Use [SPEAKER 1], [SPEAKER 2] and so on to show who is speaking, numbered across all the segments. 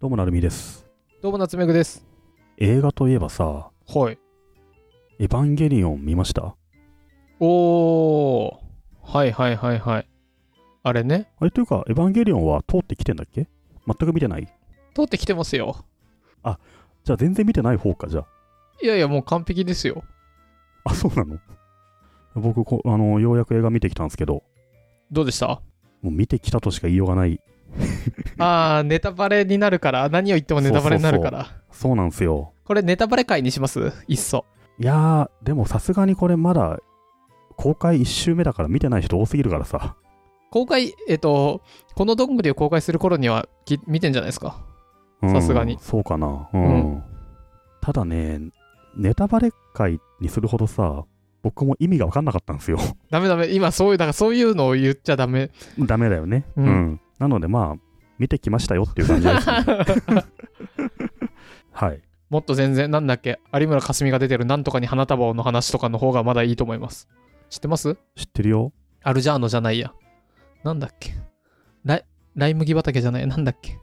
[SPEAKER 1] どうもなるみです。
[SPEAKER 2] どうも、夏目ぐです。
[SPEAKER 1] 映画といえばさ、
[SPEAKER 2] はい。
[SPEAKER 1] エヴァンゲリオン見ました
[SPEAKER 2] おー。はいはいはいはい。あれね、
[SPEAKER 1] あれというか、エヴァンゲリオンは通ってきてんだっけ全く見てない
[SPEAKER 2] 通ってきてますよ。
[SPEAKER 1] じゃあ全然見てない方か、じゃあ。
[SPEAKER 2] いやいや、もう完璧ですよ。
[SPEAKER 1] あ、そうなの僕こあの、ようやく映画見てきたんですけど、
[SPEAKER 2] どうで した
[SPEAKER 1] もう見てきたとしか言いようがない。
[SPEAKER 2] あー、ネタバレになるから、何を言ってもネタバレになるから。
[SPEAKER 1] そうなんですよ。
[SPEAKER 2] これ、ネタバレ回にしますいっそ。
[SPEAKER 1] いやー、でもさすがにこれまだ公開1周目だから見てない人多すぎるからさ。
[SPEAKER 2] 公開、えっと、このドングリを公開する頃にはき見てんじゃないですか。
[SPEAKER 1] うん
[SPEAKER 2] さすがに
[SPEAKER 1] そうかな。うん。ただね、ネタバレ会にするほどさ、僕も意味が分かんなかったんですよ。
[SPEAKER 2] ダメダメ、今そういう、だからそういうのを言っちゃダ メ。
[SPEAKER 1] ダメだよね。う。
[SPEAKER 2] うんん
[SPEAKER 1] なのでまあ、見てきましたよっていう感じです、 ね。はい。
[SPEAKER 2] もっと全然、なんだっけ、有村架純が出てるなんとかに花束をの話とかの方がまだいいと思います。知ってます
[SPEAKER 1] 知ってるよ。
[SPEAKER 2] アルジャーノじゃないや。なんだっけライライ麦畑じゃない。なんだっけ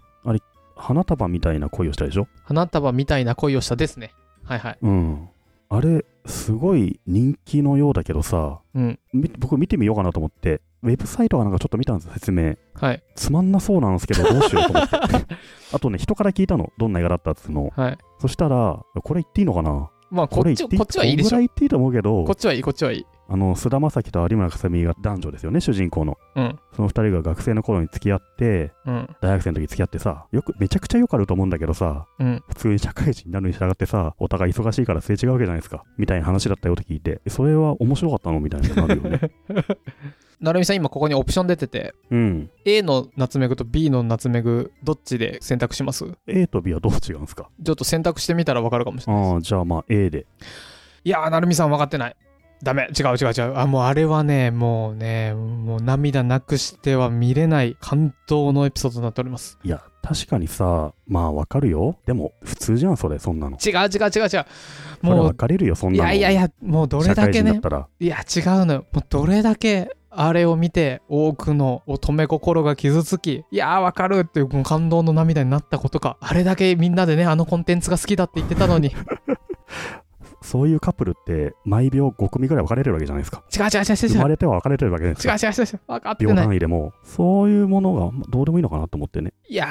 [SPEAKER 1] 花束みたいな恋をしたでしょ
[SPEAKER 2] 花束みたいな恋をしたですね。はいはい。
[SPEAKER 1] うん。あれ、すごい人気のようだけどさ、
[SPEAKER 2] うん。
[SPEAKER 1] み僕見てみようかなと思って、ウェブサイトはなんかちょっと見たんですよ、説明。
[SPEAKER 2] はい。
[SPEAKER 1] つまんなそうなんですけど、どうしようと 思って。あとね、人から聞いたの、どんな映画だったっつうの。
[SPEAKER 2] はい。
[SPEAKER 1] そしたら、これ言っていいのかな
[SPEAKER 2] まあ、こ
[SPEAKER 1] れ言
[SPEAKER 2] っち、
[SPEAKER 1] てい
[SPEAKER 2] こっちはいいでし
[SPEAKER 1] こんぐら
[SPEAKER 2] ょ。
[SPEAKER 1] い言っていいと思うけど
[SPEAKER 2] こっ、ちはいい、こっちはいい。
[SPEAKER 1] あの、菅田将暉と有村架純が男女ですよね、主人公の。
[SPEAKER 2] うん。
[SPEAKER 1] その二人が学生の頃に付き合って、
[SPEAKER 2] うん。
[SPEAKER 1] 大学生の時付き合ってさ、よく、めちゃくちゃよくあると思うんだけどさ、
[SPEAKER 2] うん。
[SPEAKER 1] 普通に社会人になるに従ってさ、お互い忙しいからすれ違うわけじゃないですか、みたいな話だったよって聞いて、それは面白かったのみたいになるよ ね。
[SPEAKER 2] なるみさん、今ここにオプション出てて、
[SPEAKER 1] うん。
[SPEAKER 2] A のナツメグと B のナツメグ、どっちで選択します
[SPEAKER 1] A と B はどう違うんですか
[SPEAKER 2] ちょっと選択してみたらわかるかもしれないです。
[SPEAKER 1] ああ、じゃあまあ A で。
[SPEAKER 2] いやー、なるみさん分かってない。ダメ。違う違う違う。あ、もうあれはね、もうね、もう涙なくしては見れない感動のエピソードになっております。
[SPEAKER 1] いや、確かにさ、まあわかるよ。でも、普通じゃん、それ、そんなの。
[SPEAKER 2] 違う違う違う違う。
[SPEAKER 1] それ
[SPEAKER 2] も
[SPEAKER 1] 分
[SPEAKER 2] う、
[SPEAKER 1] かれるよ、そん
[SPEAKER 2] い
[SPEAKER 1] なの。
[SPEAKER 2] やいやいや、もうどれだけ
[SPEAKER 1] 社会人だ
[SPEAKER 2] ね
[SPEAKER 1] っ、たら。
[SPEAKER 2] いや違うのよ。もうどれだけあれを見て、多くの乙女心が傷つき、いやーわかるっていうこの感動の涙になったことか、あれだけみんなでね、あのコンテンツが好きだって言ってたのに、違う
[SPEAKER 1] そういうカップルって、毎秒5組ぐらい分かれてるわけじゃないですか。
[SPEAKER 2] 違う違う違う違
[SPEAKER 1] 生ま
[SPEAKER 2] う。
[SPEAKER 1] れては分かれてるわけじゃないです
[SPEAKER 2] 違う違
[SPEAKER 1] か。
[SPEAKER 2] う違う違う。分かって
[SPEAKER 1] 秒
[SPEAKER 2] ない。
[SPEAKER 1] 単位でも、そういうものがまあどうでもいいのかなと思ってね。
[SPEAKER 2] いや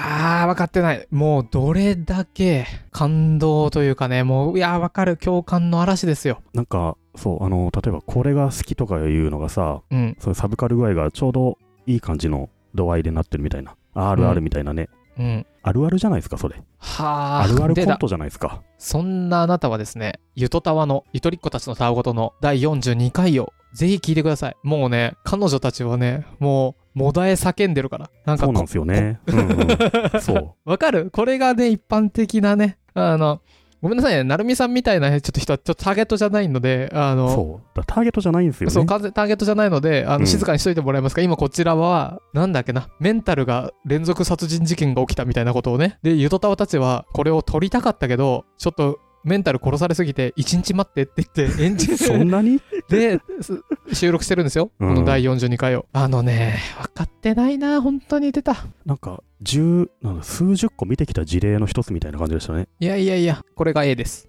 [SPEAKER 2] ー、分かってない。もう、どれだけ感動というかね、もう、いやー、分かる。共感の嵐ですよ。
[SPEAKER 1] なんか、そう、あの、例えばこれが好きとかいうのがさ、
[SPEAKER 2] うん。
[SPEAKER 1] そういうサブカル具合がちょうどいい感じの度合いでなってるみたいな。あるあるみたいなね。
[SPEAKER 2] うん。
[SPEAKER 1] あるあるじゃないですか、それ。
[SPEAKER 2] はー。
[SPEAKER 1] あるある
[SPEAKER 2] 出
[SPEAKER 1] コン
[SPEAKER 2] た
[SPEAKER 1] トじゃないですか。
[SPEAKER 2] そんなあなたはですね、ゆとたわの、ゆとりっ子たちのたわごとの第42回をぜひ聞いてください。もうね、彼女たちはね、もう、もだえ叫んでるから。なんか
[SPEAKER 1] そう
[SPEAKER 2] こ
[SPEAKER 1] なんですよ ね。うんうん。そう。
[SPEAKER 2] わかるこれがね、一般的なね、あの、ごめんなさいね、なるみさんみたいなねちょっと人はちょっとターゲットじゃないので、あの、
[SPEAKER 1] そう。だターゲットじゃないんですよね。
[SPEAKER 2] そう完全ターゲットじゃないのであ
[SPEAKER 1] うん
[SPEAKER 2] の静かにしといてもらえますか、今こちらはなんだっけなメンタルが連続殺人事件が起きたみたいなことをねでゆとたわたちはこれを撮りたかったけどちょっとメンタル殺されすぎて1日待ってって言 って演じ
[SPEAKER 1] そんなに
[SPEAKER 2] です収録してるんですよ、
[SPEAKER 1] うん
[SPEAKER 2] この第42回をあのね分かってないな本当に出た
[SPEAKER 1] なんか、十、なんだ、数十個見てきた事例の一つみたいな感じでしたね。
[SPEAKER 2] いやいやいやこれが A です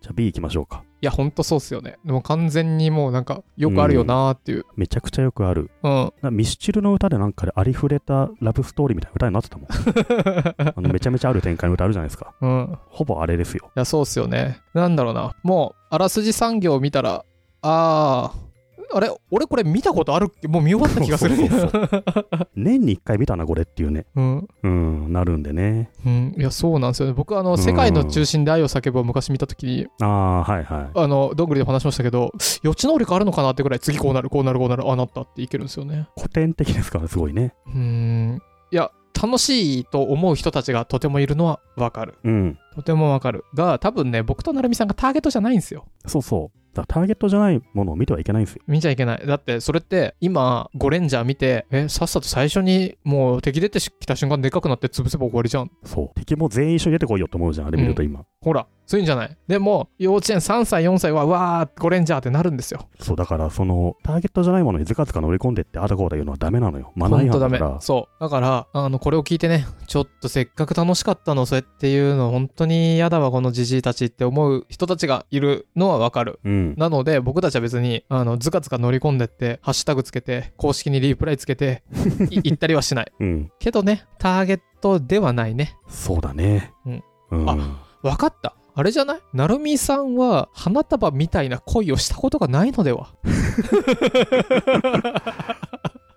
[SPEAKER 1] じゃあ B 行きましょうか。
[SPEAKER 2] いやほんとそうっすよねでも完全にもうなんかよくあるよなーっていう
[SPEAKER 1] めちゃくちゃよくある。
[SPEAKER 2] うん、
[SPEAKER 1] なミスチルの歌でなんかでありふれたラブストーリーみたいな歌になってたもん。 あのめちゃめちゃある展開の歌あるじゃないですか。
[SPEAKER 2] うん、
[SPEAKER 1] ほぼあれですよ。
[SPEAKER 2] いや、そうっすよね。なんだろうな。もう、あらすじ産業を見たら、あー、あれ俺これ見たことあるっけもう見終わった気がする。
[SPEAKER 1] そうそう年に一回見たな、これっていうね。
[SPEAKER 2] うん。
[SPEAKER 1] うん、なるんでね。
[SPEAKER 2] うん。いや、そうなんですよね。僕、あの、世界の中心で愛を叫ぶを昔見たときに、
[SPEAKER 1] ああ、はいはい。
[SPEAKER 2] あの、どんぐりでお話しましたけど、予知能力あるのかなってぐらい、次こうなる、こうなる、こうなる、ああなったっていけるんですよね。
[SPEAKER 1] 古典的ですから、すごいね。
[SPEAKER 2] うん。いや、楽しいと思う人たちがとてもいるのはわかる。
[SPEAKER 1] うん。
[SPEAKER 2] とてもわかる。が、多分ね、僕となるみさんがターゲットじゃないんですよ。
[SPEAKER 1] そうそう。だターゲットじゃないものを見てはいけないんですよ。
[SPEAKER 2] 見ちゃいけない。だって、それって、今、ゴレンジャー見て、え、さっさと最初に、もう敵出てきた瞬間でかくなって潰せば終わりじゃん。
[SPEAKER 1] そう。敵も全員一緒に出てこいよと思うじゃん、あれ見ると今。
[SPEAKER 2] ほら、そういうんじゃない。でも、幼稚園3歳、4歳は、うわー、ゴレンジャーってなるんですよ。
[SPEAKER 1] そう、だから、その、ターゲットじゃないものにずかずか乗り込んでって、あだこうだ言うのはダメなのよ。マナー
[SPEAKER 2] 本
[SPEAKER 1] 違
[SPEAKER 2] 当
[SPEAKER 1] 反
[SPEAKER 2] ダ
[SPEAKER 1] だか
[SPEAKER 2] メ
[SPEAKER 1] ら。
[SPEAKER 2] そうだからあのこれを聞いてねちょっとせっかく楽しかったのそれっていうの本当に嫌だわこのじじいたちって思う人たちがいるのはわかる
[SPEAKER 1] うん。
[SPEAKER 2] なので僕たちは別にあのずかずか乗り込んでってハッシュタグつけて公式にリプライつけてい行ったりはしない
[SPEAKER 1] うん。
[SPEAKER 2] けどねターゲットではないね
[SPEAKER 1] そうだね。
[SPEAKER 2] うん。
[SPEAKER 1] うん、
[SPEAKER 2] わかったあれじゃないなるみさんは花束みたいな恋をしたことがないのでは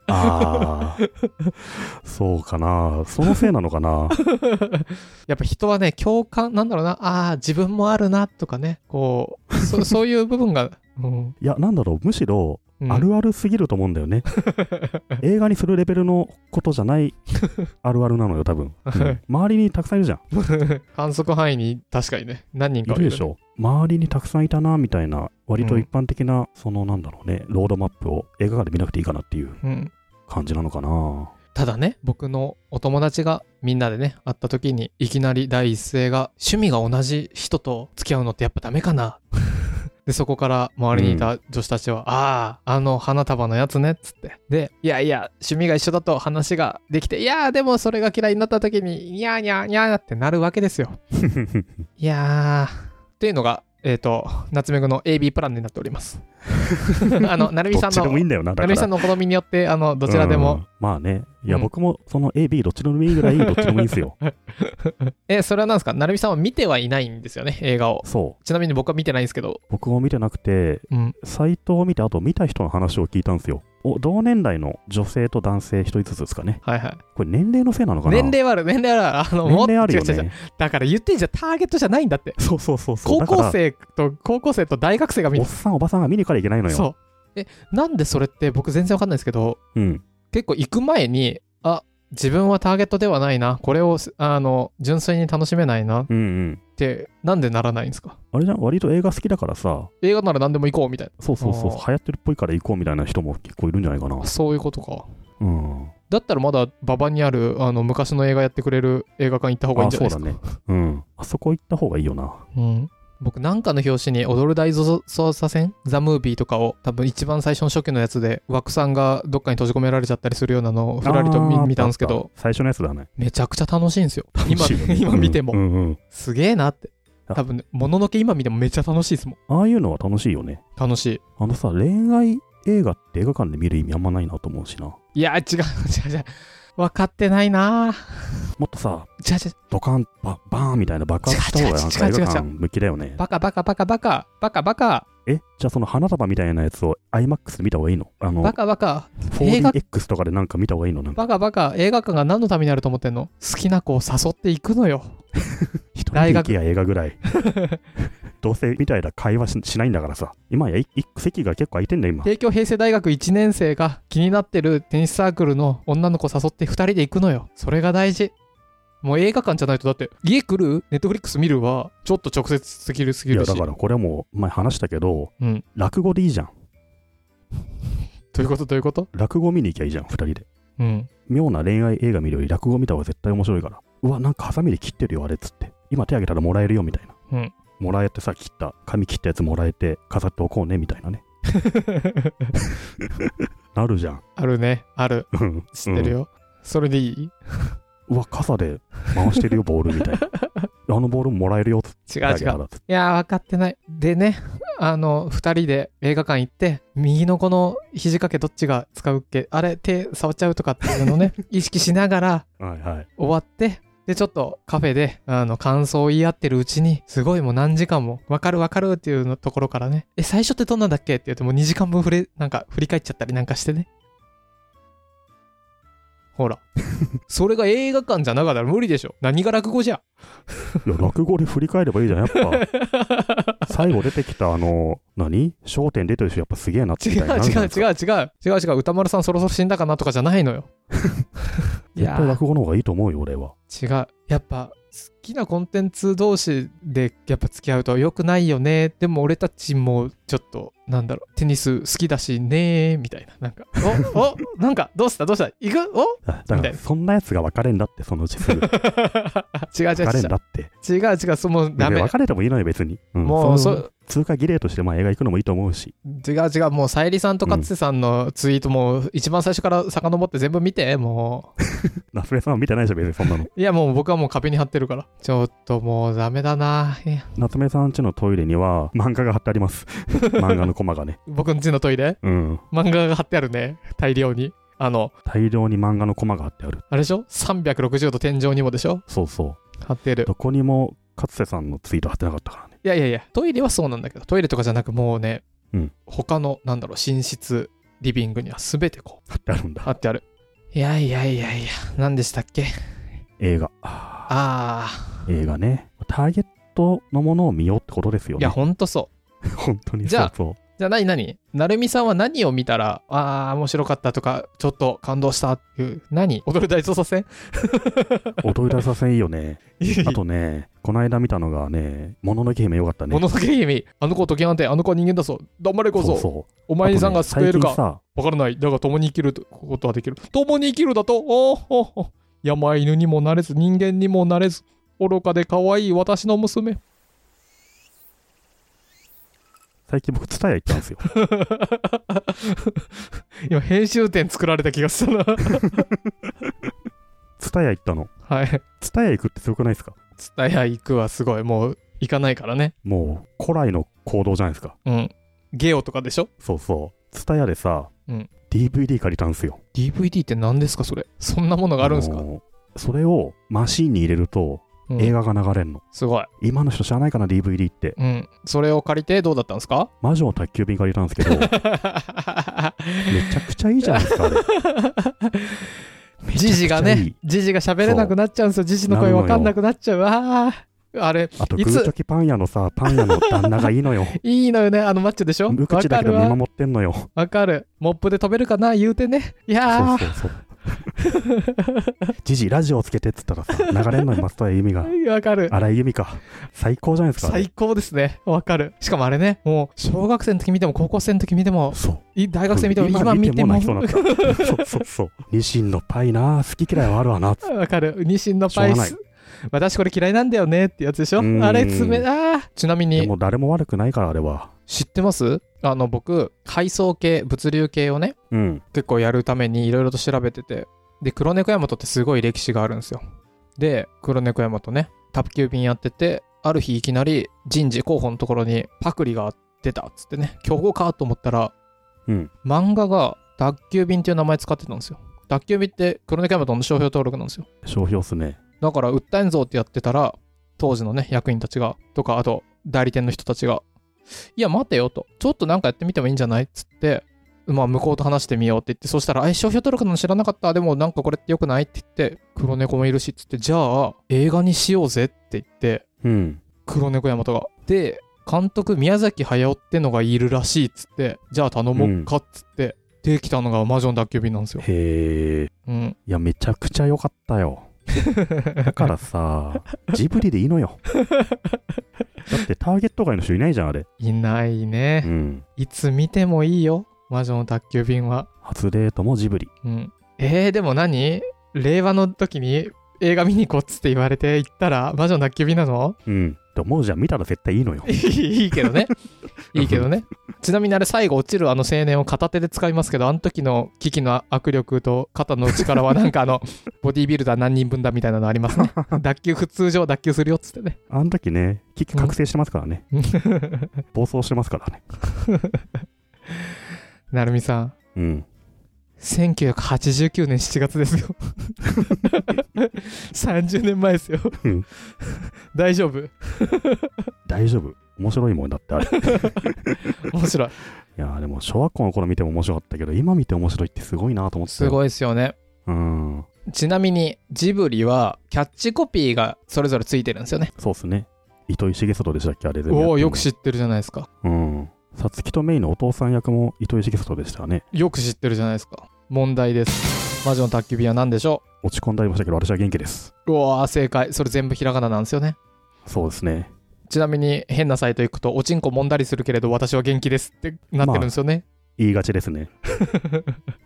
[SPEAKER 1] ああ。そうかな。そのせいなのかな。
[SPEAKER 2] やっぱ人はね共感なんだろうなああー自分もあるなとかねこうそ そういう部分が、うん
[SPEAKER 1] いや、なんだろう。むしろ、
[SPEAKER 2] うん
[SPEAKER 1] あるあるすぎると思うんだよ ね。映画にするレベルのことじゃないあるあるなのよ、多分。うん周りにたくさんいるじゃん。
[SPEAKER 2] 観測範囲に確かにね何人
[SPEAKER 1] い
[SPEAKER 2] か
[SPEAKER 1] るでし
[SPEAKER 2] ょ
[SPEAKER 1] ょ。周りにたくさんいたな、みたいな、割と
[SPEAKER 2] うん
[SPEAKER 1] 一般的な、その、なんだろうね、ロードマップを映画館で見なくていいかなっていう
[SPEAKER 2] うん、
[SPEAKER 1] 感じなのか な。
[SPEAKER 2] ただね僕のお友達がみんなでね会った時にいきなり第一声が趣味が同じ人と付き合うのってやっぱダメかな でそこから周りにいた女子たちは「あああの花束のやつね」っつってで「いやいや趣味が一緒だと話ができていやーでもそれが嫌いになった時にニャーニャーニャーってなるわけですよ」いやー。っていうのが、えっ、と、夏目くんの AB プランになってお ります。あの、なるみ
[SPEAKER 1] ど
[SPEAKER 2] さ
[SPEAKER 1] っ
[SPEAKER 2] ん
[SPEAKER 1] ちで
[SPEAKER 2] の、
[SPEAKER 1] もいいんだよな、
[SPEAKER 2] な
[SPEAKER 1] だ
[SPEAKER 2] る
[SPEAKER 1] か
[SPEAKER 2] みさ
[SPEAKER 1] ら
[SPEAKER 2] ん。のお好みによって、あの、どちらで
[SPEAKER 1] う
[SPEAKER 2] も。
[SPEAKER 1] ん。まあね、いや、
[SPEAKER 2] うん
[SPEAKER 1] 僕もその AB どっちでもいいぐ らい、どっちでもいいですよ。
[SPEAKER 2] え、それは何ですかなるみさんは見てはいないんですよね、映画を。
[SPEAKER 1] そう。
[SPEAKER 2] ちなみに僕は見てないんですけど。
[SPEAKER 1] 僕も見てなくて、
[SPEAKER 2] うん。
[SPEAKER 1] サイトを見て、あと見た人の話を聞いたんですよ。お同年代の女性と男性一人ずつですかね。
[SPEAKER 2] はいはい。
[SPEAKER 1] これ年齢のせいなのかな
[SPEAKER 2] 年齢はある、年齢はある。あの、
[SPEAKER 1] 年
[SPEAKER 2] もっと
[SPEAKER 1] 齢あるよ
[SPEAKER 2] 違う違う違う
[SPEAKER 1] ね。
[SPEAKER 2] だから言ってんじゃん、ターゲットじゃないんだって。
[SPEAKER 1] そうそうそうそう。
[SPEAKER 2] 高校
[SPEAKER 1] だか
[SPEAKER 2] 生と、高校生と大学生が見
[SPEAKER 1] らお
[SPEAKER 2] る
[SPEAKER 1] っ。さん、おばさんが見に行からいけないのよ。
[SPEAKER 2] そう。え、なんでそれって僕全然わかんないですけど、
[SPEAKER 1] うん。
[SPEAKER 2] 結構行く前にあ自分はターゲットではないなこれをすあの純粋に楽しめないなっ
[SPEAKER 1] うんうん。
[SPEAKER 2] てなんでならないんですか
[SPEAKER 1] あれじゃん、割と映画好きだからさ、
[SPEAKER 2] 映画なら何でも行こうみたい
[SPEAKER 1] そうそうそう、
[SPEAKER 2] あ
[SPEAKER 1] 流
[SPEAKER 2] ー
[SPEAKER 1] 行ってるっぽいから行こうみたいな人も結構いるんじゃないかな
[SPEAKER 2] な。そういうことか
[SPEAKER 1] うん。
[SPEAKER 2] だったらまだ馬場にあるあの昔の映画やってくれる映画館行った方がいいん
[SPEAKER 1] あ、
[SPEAKER 2] じゃな
[SPEAKER 1] そ
[SPEAKER 2] いうで
[SPEAKER 1] だ
[SPEAKER 2] すか
[SPEAKER 1] ね。うん。あそこ行った方がいいよな。
[SPEAKER 2] うん、僕なんかの表紙に「踊る大捜査線」「ザ・ムービー」とかを多分一番最初の初期のやつで枠さんがどっかに閉じ込められちゃったりするようなのをふらりと見
[SPEAKER 1] あー
[SPEAKER 2] 見たんですけど。
[SPEAKER 1] 最初のやつだね。
[SPEAKER 2] めちゃくちゃ楽しいんですよ今
[SPEAKER 1] 楽しいよね
[SPEAKER 2] 今見ても、
[SPEAKER 1] うんうんうん
[SPEAKER 2] すげえなって
[SPEAKER 1] あ
[SPEAKER 2] 多分ねもののけ今見てもめっちゃ楽しいですもん
[SPEAKER 1] ああいうのは楽しいよね。
[SPEAKER 2] 楽しい
[SPEAKER 1] あのさ、恋愛映画って映画館で見る意味あんまないなと思うしな。
[SPEAKER 2] いや、違う、違う、違う。分かってないな
[SPEAKER 1] もっとさ、
[SPEAKER 2] 違う、違う。
[SPEAKER 1] ドカン、ババーンみたいな爆発した方がなんか映
[SPEAKER 2] 違う違う違う違う
[SPEAKER 1] 画館向きだよね。
[SPEAKER 2] バカバカバカバカ、バカバカ、
[SPEAKER 1] え、じゃあその花束みたいなやつを IMAX で見た方がいいのあの、
[SPEAKER 2] バカバカ、映画
[SPEAKER 1] 4DX とかでなんか見た方がいいのなんか
[SPEAKER 2] バカバカ、映画館が何のためにあると思ってんの好きな子を誘っていくのよ。
[SPEAKER 1] 一人
[SPEAKER 2] 大
[SPEAKER 1] で
[SPEAKER 2] 学
[SPEAKER 1] 行けや映画ぐらい。 どうせみたいな会話ししないんだからさ。今やいい席が結構空いてんだよ今。
[SPEAKER 2] 帝京平成大学1年生が気になってるテニスサークルの女の子誘って2人で行くのよ。それが大事。もう映画館じゃないとだって家来るネットフリックス見るはちょっと直接すぎるす
[SPEAKER 1] い
[SPEAKER 2] ぎ
[SPEAKER 1] や
[SPEAKER 2] るし
[SPEAKER 1] だからこれはもう前話したけど、
[SPEAKER 2] うん
[SPEAKER 1] 落語でいいじゃん。
[SPEAKER 2] どういうことどういうこと
[SPEAKER 1] 落語見に行きゃいいじゃん、二人で。
[SPEAKER 2] うん
[SPEAKER 1] 妙な恋愛映画見るより落語見た方が絶対面白いから。うわ、なんかハサミで切ってるよ、あれっつって。今手あげたらもらえるよ、みたいな。
[SPEAKER 2] うん
[SPEAKER 1] もらえてさ、切った、髪切ったやつもらえて、飾っておこうね、みたいな ね。なるじゃん。
[SPEAKER 2] あるねある
[SPEAKER 1] うん
[SPEAKER 2] 知ってるよ、それでいい
[SPEAKER 1] うんうわ、傘で回してるよ、ボールみたいな。 あのボールももらえるよ、つって。手
[SPEAKER 2] 違う
[SPEAKER 1] あ
[SPEAKER 2] 違
[SPEAKER 1] げ
[SPEAKER 2] う
[SPEAKER 1] たらつって
[SPEAKER 2] いやー分かってないでねあの2人で映画館行って右のこの肘掛けどっちが使うっけあれ手触っちゃうとかっていう のね意識しながら
[SPEAKER 1] はいはい。
[SPEAKER 2] 終わってでちょっとカフェであの感想を言い合ってるうちにすごいもう何時間も分かる分かるっていうのところからねえ最初ってどんなんだっけって言ってもう2時間分振れなんか振り返っちゃったりなんかしてねほら それが映画館じゃなかったら無理でしょ何が落語じゃ
[SPEAKER 1] いや、落語で振り返ればいいじゃん。やっぱ、最後出てきた、あの、何焦点出てる人、やっぱすげえなって
[SPEAKER 2] 違う
[SPEAKER 1] みたいになるじ
[SPEAKER 2] 違
[SPEAKER 1] ゃな
[SPEAKER 2] う
[SPEAKER 1] いです
[SPEAKER 2] 違
[SPEAKER 1] か。
[SPEAKER 2] う違う違う違う歌丸さんそろそろ死んだかなとか じゃないのよい
[SPEAKER 1] 絶
[SPEAKER 2] や
[SPEAKER 1] 対
[SPEAKER 2] ー
[SPEAKER 1] 落語の方がいいと思うよ、俺は。
[SPEAKER 2] 違うやっぱ好きなコンテンツ同士でやっぱ付き合うと良くないよねでも俺たちもちょっとなんだろうテニス好きだしねみたいななんかおおなんかどうしたどうした行くお
[SPEAKER 1] あだ
[SPEAKER 2] み
[SPEAKER 1] か
[SPEAKER 2] た
[SPEAKER 1] ら
[SPEAKER 2] いな
[SPEAKER 1] そんなやつが別れんだってそのうち すぐ
[SPEAKER 2] 違う違う違
[SPEAKER 1] 別れん
[SPEAKER 2] う
[SPEAKER 1] だって
[SPEAKER 2] 違う違うそのダ
[SPEAKER 1] で
[SPEAKER 2] メ
[SPEAKER 1] 別れてもいいのよ別に、うん
[SPEAKER 2] もう
[SPEAKER 1] そ
[SPEAKER 2] そ
[SPEAKER 1] の通過儀礼としてまあ映画行くのもいいと思うし
[SPEAKER 2] 違う違うもうさゆりさんとかつてさんのツイートも一番最初から遡って全部見ても
[SPEAKER 1] ナスレさんは見てないでしょ別にそんなの
[SPEAKER 2] ういやもう僕はもう壁に貼ってるからちょっともうダメだないや
[SPEAKER 1] 夏目さん家のトイレには漫画が貼ってあります 漫画のコマがね
[SPEAKER 2] 僕んちのトイレ
[SPEAKER 1] うん
[SPEAKER 2] 漫画が貼ってあるね大量にあの
[SPEAKER 1] 大量に漫画のコマが貼ってある
[SPEAKER 2] あれでしょ ?360 度天井にもでしょ
[SPEAKER 1] そうそう
[SPEAKER 2] 貼ってる。
[SPEAKER 1] どこにも勝瀬さんのツイート貼ってなかったからね
[SPEAKER 2] いやいやいや、トイレはそうなんだけど、トイレとかじゃなくもうね、
[SPEAKER 1] うん
[SPEAKER 2] 他の、なんだろう、寝室、リビングには全てこう、
[SPEAKER 1] 貼ってあるんだ
[SPEAKER 2] 貼ってある。いやいやいやいや、何でしたっけ
[SPEAKER 1] 映画あ
[SPEAKER 2] あ
[SPEAKER 1] ー映画ねターゲットのものを見ようってことです
[SPEAKER 2] あ、
[SPEAKER 1] よ
[SPEAKER 2] いや、
[SPEAKER 1] ね
[SPEAKER 2] ほんとそう。
[SPEAKER 1] 本当に
[SPEAKER 2] じ
[SPEAKER 1] そう
[SPEAKER 2] ゃあ
[SPEAKER 1] そう
[SPEAKER 2] じゃあ何何なるみさんは何を見たら、ああ、面白かったとか、ちょっと感動したっていう、何踊る大捜 査線
[SPEAKER 1] 踊り出させんいいよね
[SPEAKER 2] いやいや
[SPEAKER 1] あとねこの間見たのがねもののけ姫よかったね
[SPEAKER 2] もののけ姫、あの子時計なんて、あの子は人間だそう。頑張れこそ。
[SPEAKER 1] そうそう
[SPEAKER 2] お前にさんが
[SPEAKER 1] あとね
[SPEAKER 2] 救えるか
[SPEAKER 1] 最近。さ
[SPEAKER 2] わからない。だが共に生きることはできる。共に生きるだと、おーおーおー山犬にもなれず、人間にもなれず、愚かで可愛い私の娘。
[SPEAKER 1] 最近僕蔦屋行ったん ですよ
[SPEAKER 2] 今、編集点作られた気がするな。
[SPEAKER 1] 蔦屋行ったの
[SPEAKER 2] はい。
[SPEAKER 1] 蔦屋行くってすごくないですか
[SPEAKER 2] ツタヤ行くはすごい。もう、行かないからね。
[SPEAKER 1] もう古来の行動じゃないですか
[SPEAKER 2] うん。ゲオとかでしょ
[SPEAKER 1] そうそう蔦屋でさ、
[SPEAKER 2] うん
[SPEAKER 1] DVD 借りたんですよ
[SPEAKER 2] ?DVD って何ですかそれ。そんなものがあるんですか、
[SPEAKER 1] のそれをマシンに入れると
[SPEAKER 2] うん
[SPEAKER 1] 映画が流れるの、
[SPEAKER 2] すごい。
[SPEAKER 1] 今の人知らないかな DVD って
[SPEAKER 2] うん。それを借りてどうだったんですか
[SPEAKER 1] 魔女の宅急便借りたんですけどめちゃくちゃいいじゃないですかあれ
[SPEAKER 2] ジジが
[SPEAKER 1] めちゃくちゃい
[SPEAKER 2] ね
[SPEAKER 1] い、
[SPEAKER 2] ジジが喋れなくなっちゃうんですよ。ジジの声わかんなくなっちゃう。わーあれ、
[SPEAKER 1] あとグ
[SPEAKER 2] いつ
[SPEAKER 1] ーチョキパン屋のさパン屋の旦那がいいのよ
[SPEAKER 2] いい のよね、あのマッチョでしょ
[SPEAKER 1] 無
[SPEAKER 2] わ
[SPEAKER 1] 口
[SPEAKER 2] か
[SPEAKER 1] だけ
[SPEAKER 2] る
[SPEAKER 1] ど見
[SPEAKER 2] わ。
[SPEAKER 1] 守ってんのよ
[SPEAKER 2] わかる。モップで飛べるかな言うてね。い
[SPEAKER 1] そ
[SPEAKER 2] や
[SPEAKER 1] うそうそうジジラジオつけてっつったらさ流れんのよ松任谷由実が
[SPEAKER 2] ー、わかる。
[SPEAKER 1] 荒井由実か最高じゃないですかあれ
[SPEAKER 2] 最高ですね。わかる。しかもあれね、もう、小学生の時見ても、高校生の時見ても、
[SPEAKER 1] そう
[SPEAKER 2] い大学生見ても、今見ても。
[SPEAKER 1] 泣きそうになったそうそうそうニシンのパイな好き嫌いはあるわな
[SPEAKER 2] わかる。ニシンのパイ
[SPEAKER 1] し
[SPEAKER 2] ス。私これ嫌いなんだよねってやつでしょ
[SPEAKER 1] うーん
[SPEAKER 2] あれ爪あーちなみ
[SPEAKER 1] で
[SPEAKER 2] に
[SPEAKER 1] も誰も悪くないからあれは
[SPEAKER 2] 知ってますあの僕階層系物流系をね
[SPEAKER 1] うん
[SPEAKER 2] 結構やるためにいろいろと調べててで黒猫大和ってすごい歴史があるんですよで黒猫大和ね宅急便やっててある日いきなり人事候補のところにパクリが出たっつってね競合かと思ったら
[SPEAKER 1] うん
[SPEAKER 2] 漫画が宅急便っていう名前使ってたんですよ宅急便って黒猫大和の商標登録なんですよ
[SPEAKER 1] 商標っすね
[SPEAKER 2] だから訴えんぞってやってたら当時のね役員たちがとかあと代理店の人たちが「いや待てよ」と「ちょっとなんかやってみてもいいんじゃない?」っつってまあ向こうと話してみようって言ってそしたら「あ商標登録なの知らなかったでもなんかこれってよくない?」って言って黒猫もいるしっつって「じゃあ映画にしようぜ」って言って
[SPEAKER 1] うん
[SPEAKER 2] 黒猫大和が。で監督宮崎駿ってのがいるらしいっつってじゃあ頼もうかっつって、できたのが魔女の宅急便なんですよ。
[SPEAKER 1] へえ
[SPEAKER 2] うん、
[SPEAKER 1] いやめちゃくちゃ良かったよだからさジブリでいいのよだってターゲット外の人いないじゃんあれ
[SPEAKER 2] いないね
[SPEAKER 1] う。ん
[SPEAKER 2] いつ見てもいいよ、魔女の宅急便は。
[SPEAKER 1] 初デートもジブリ
[SPEAKER 2] うん。えー、でも何令和の時に映画見に行こうっつって言われて行ったら魔女の宅急便なの
[SPEAKER 1] うんって思うじゃん見たら絶対いいのよ
[SPEAKER 2] いいけどね。 いいけどね。ちなみにあれ最後落ちるあの青年を片手で使いますけど、あの時の機器の握力と肩の力はなんかあ の、ボディービルダー何人分だみたいなのあり ますね。脱臼普通上脱臼するよっつってね。
[SPEAKER 1] あの時ね危機覚醒してますからね暴走してますからね
[SPEAKER 2] なるみさん、
[SPEAKER 1] うん
[SPEAKER 2] 1989年7月で すよ30年前ですよ
[SPEAKER 1] うん
[SPEAKER 2] 大丈夫
[SPEAKER 1] 大丈夫面白いもんだってあれい
[SPEAKER 2] 面白い
[SPEAKER 1] やーでも小学校の頃見ても面白かったけど今見て面白いってすごいなと思って
[SPEAKER 2] す
[SPEAKER 1] い
[SPEAKER 2] ごいですよね
[SPEAKER 1] うん
[SPEAKER 2] ちなみにジブリはキャッチコピーがそれぞれついてるんですよね
[SPEAKER 1] そうっすね糸井重里でしたっけあれで
[SPEAKER 2] おおよく知ってるじゃないですか
[SPEAKER 1] うんさつきとメイのお父さん役も糸井重里でしたね
[SPEAKER 2] よく知ってるじゃないですか問題です魔女の宅急便は何でしょ
[SPEAKER 1] お落ち込んだりもしたけど、私は元気です。
[SPEAKER 2] うわー正解それ全部ひらがななんですよね
[SPEAKER 1] そうですね。
[SPEAKER 2] ちなみに変なサイト行くとおちんこ揉んだりするけれど私は元気ですってなってるんですよね、
[SPEAKER 1] 言いがちですね。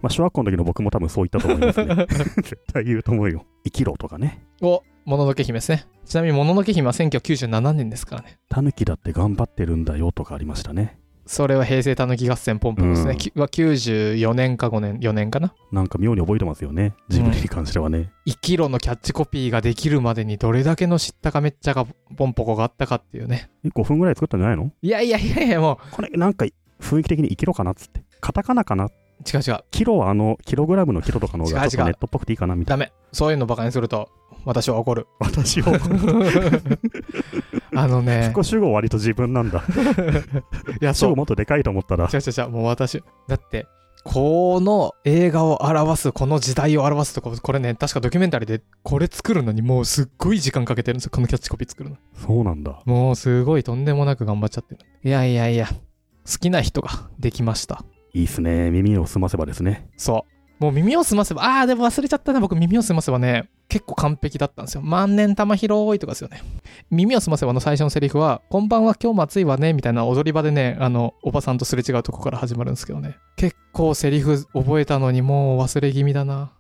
[SPEAKER 1] まあ、小学校の時の僕も多分そう言ったと思います ね。絶対言うと思うよ。生きろとかね。
[SPEAKER 2] おもののけ姫ですねちなみにもののけ姫は1997年ですからね
[SPEAKER 1] タヌキだって頑張ってるんだよとかありましたね。
[SPEAKER 2] それは平成たぬき合戦ポンポンです
[SPEAKER 1] う
[SPEAKER 2] ね、
[SPEAKER 1] ん
[SPEAKER 2] きは94年か5年4年かな
[SPEAKER 1] なんか妙に覚えてますよね。ジブリに関してはね。
[SPEAKER 2] 生きろのキャッチコピーができるまでにどれだけの知ったかめっちゃかポンポコがあったかっていうね
[SPEAKER 1] 5分ぐらい作ったんじゃないの
[SPEAKER 2] いやいやいやいやも
[SPEAKER 1] これなんか雰囲気的に生きろかなっつって。カタカナかな
[SPEAKER 2] う違う違う
[SPEAKER 1] キロはあの、キログラムのキロとかの方
[SPEAKER 2] 違
[SPEAKER 1] が
[SPEAKER 2] う
[SPEAKER 1] ちょっとネットっぽくていいかなみたい
[SPEAKER 2] ダメそういうのバカにすると私は 怒る
[SPEAKER 1] な。私を。
[SPEAKER 2] あのね
[SPEAKER 1] 少し後割と自分なんだ。
[SPEAKER 2] いや
[SPEAKER 1] 主
[SPEAKER 2] そう
[SPEAKER 1] 語もっとでかいと思ったら
[SPEAKER 2] 違。う違う違うもう私だってこの映画を表すこの時代を表すとここれね確かドキュメンタリーでこれ作るのにもうすっごい時間かけてるんですよこのキャッチコピー作るの
[SPEAKER 1] そうなんだ。
[SPEAKER 2] もうすごいとんでもなく頑張っちゃってるいやいやいや好きな人ができました
[SPEAKER 1] いいっすね。耳を澄ませばですね。
[SPEAKER 2] そうもう耳を澄ませばあーでも忘れちゃったな僕耳を澄ませばね結構完璧だったんですよ万年玉広いとかですよね耳を澄ませばの最初のセリフは「こんばんは今日も暑いわね」みたいな踊り場でねあのおばさんとすれ違うとこから始まるんですけどね結構セリフ覚えたのにもう忘れ気味だな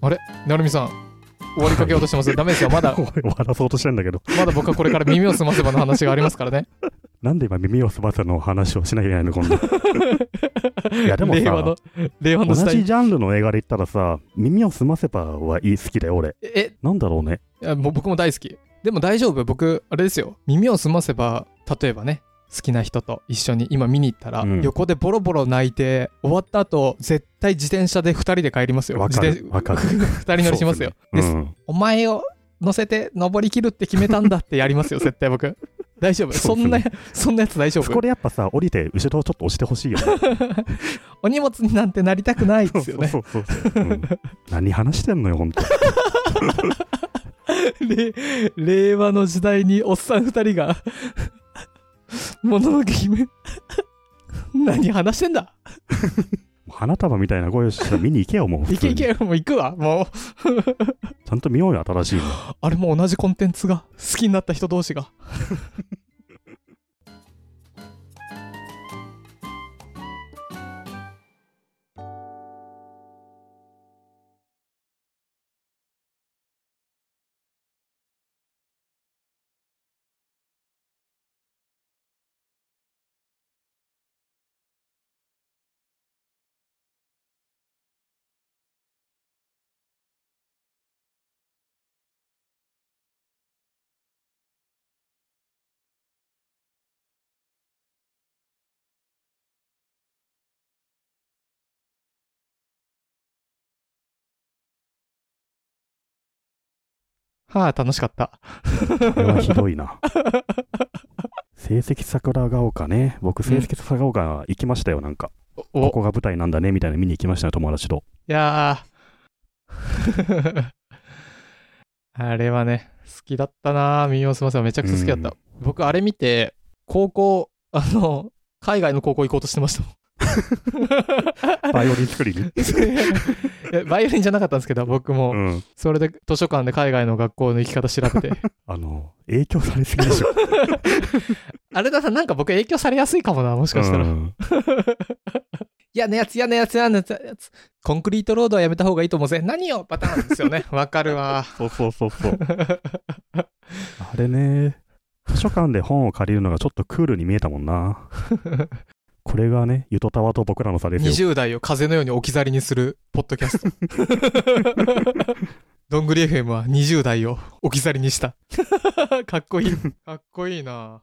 [SPEAKER 2] あれ成美さん終わりかけようとして ますダメですよまだ
[SPEAKER 1] おい終わらそうとしてんだけど。
[SPEAKER 2] まだ僕はこれから耳を澄ませばの話がありますからね
[SPEAKER 1] なんで今耳を澄ませの話をしなきゃいけないのこんな。 いやでも
[SPEAKER 2] 令和
[SPEAKER 1] さ
[SPEAKER 2] の、令和
[SPEAKER 1] 同
[SPEAKER 2] のスタイ
[SPEAKER 1] じ
[SPEAKER 2] ル。
[SPEAKER 1] ジャンルの映画で言ったらさ、耳を澄ませばはいい好きだよ俺。
[SPEAKER 2] え、
[SPEAKER 1] なんだろうね。
[SPEAKER 2] いやもう僕も大好き。でも大丈夫、僕、あれですよ。耳を澄ませば、例えばね、好きな人と一緒に今見に行ったら、
[SPEAKER 1] うん
[SPEAKER 2] 横でボロボロ泣いて、終わった後、絶対自転車で2人で帰りますよ。
[SPEAKER 1] わかる
[SPEAKER 2] 自転
[SPEAKER 1] わかる
[SPEAKER 2] 二人乗りしますよ。
[SPEAKER 1] そう
[SPEAKER 2] ですす
[SPEAKER 1] ねうん
[SPEAKER 2] お前を乗せて登りきるって決めたんだってやり ますよ、絶対僕。大丈夫。
[SPEAKER 1] そ
[SPEAKER 2] そ
[SPEAKER 1] うんで
[SPEAKER 2] な
[SPEAKER 1] す、
[SPEAKER 2] そんなやつ大丈
[SPEAKER 1] そこ
[SPEAKER 2] 夫。
[SPEAKER 1] でやっぱさ、降りて後ろをちょっと押してほしいよ ね。
[SPEAKER 2] お荷物になんてなりたくないですよね。
[SPEAKER 1] そうそうそうそううん何話してんのよ、本当。
[SPEAKER 2] れ令和の時代におっさん2人がもののけ姫何話してんだ
[SPEAKER 1] 花束みたいな声をしたら見に行けよ、もう。普
[SPEAKER 2] い
[SPEAKER 1] 通
[SPEAKER 2] け
[SPEAKER 1] に
[SPEAKER 2] いけもう行くわもう
[SPEAKER 1] ちゃんと見ようよ、新しいの。
[SPEAKER 2] あれも同じコンテンツが好きになった人同士がはあ楽しかった
[SPEAKER 1] これはひどいな。成績桜ヶ丘ね。僕、成績桜ヶ丘行きましたよ、なんか。
[SPEAKER 2] お
[SPEAKER 1] こ
[SPEAKER 2] お
[SPEAKER 1] こが舞台なんだね、みたいなの見に行きましたよ、友達と。
[SPEAKER 2] いやー あれはね好きだったな耳をすませばめちゃくちゃ好きだった、僕あれ見て高校あの海外の高校行こうとしてましたもん
[SPEAKER 1] バイオリン作りに。
[SPEAKER 2] いやバイオリンじゃなかったんですけど僕も
[SPEAKER 1] うん。
[SPEAKER 2] それで図書館で海外の学校の行き方調べて
[SPEAKER 1] あの、影響されすぎでしょ。
[SPEAKER 2] あれだななんか僕影響されやすいかもなもしかしたら、
[SPEAKER 1] うん
[SPEAKER 2] 嫌なやつ嫌なやつ嫌なやつ嫌なやつコンクリートロードはやめた方がいいと思うぜ何よパターンですよねわかるわ
[SPEAKER 1] そうそうそう そう。あれね、図書館で本を借りるのがちょっとクールに見えたもん な。これがね、ゆとたわと僕らの差ですよ。
[SPEAKER 2] 20代を風のように置き去りにするポッドキャスト どんぐり FM は20代を置き去りにしたかっこいいかっこいいな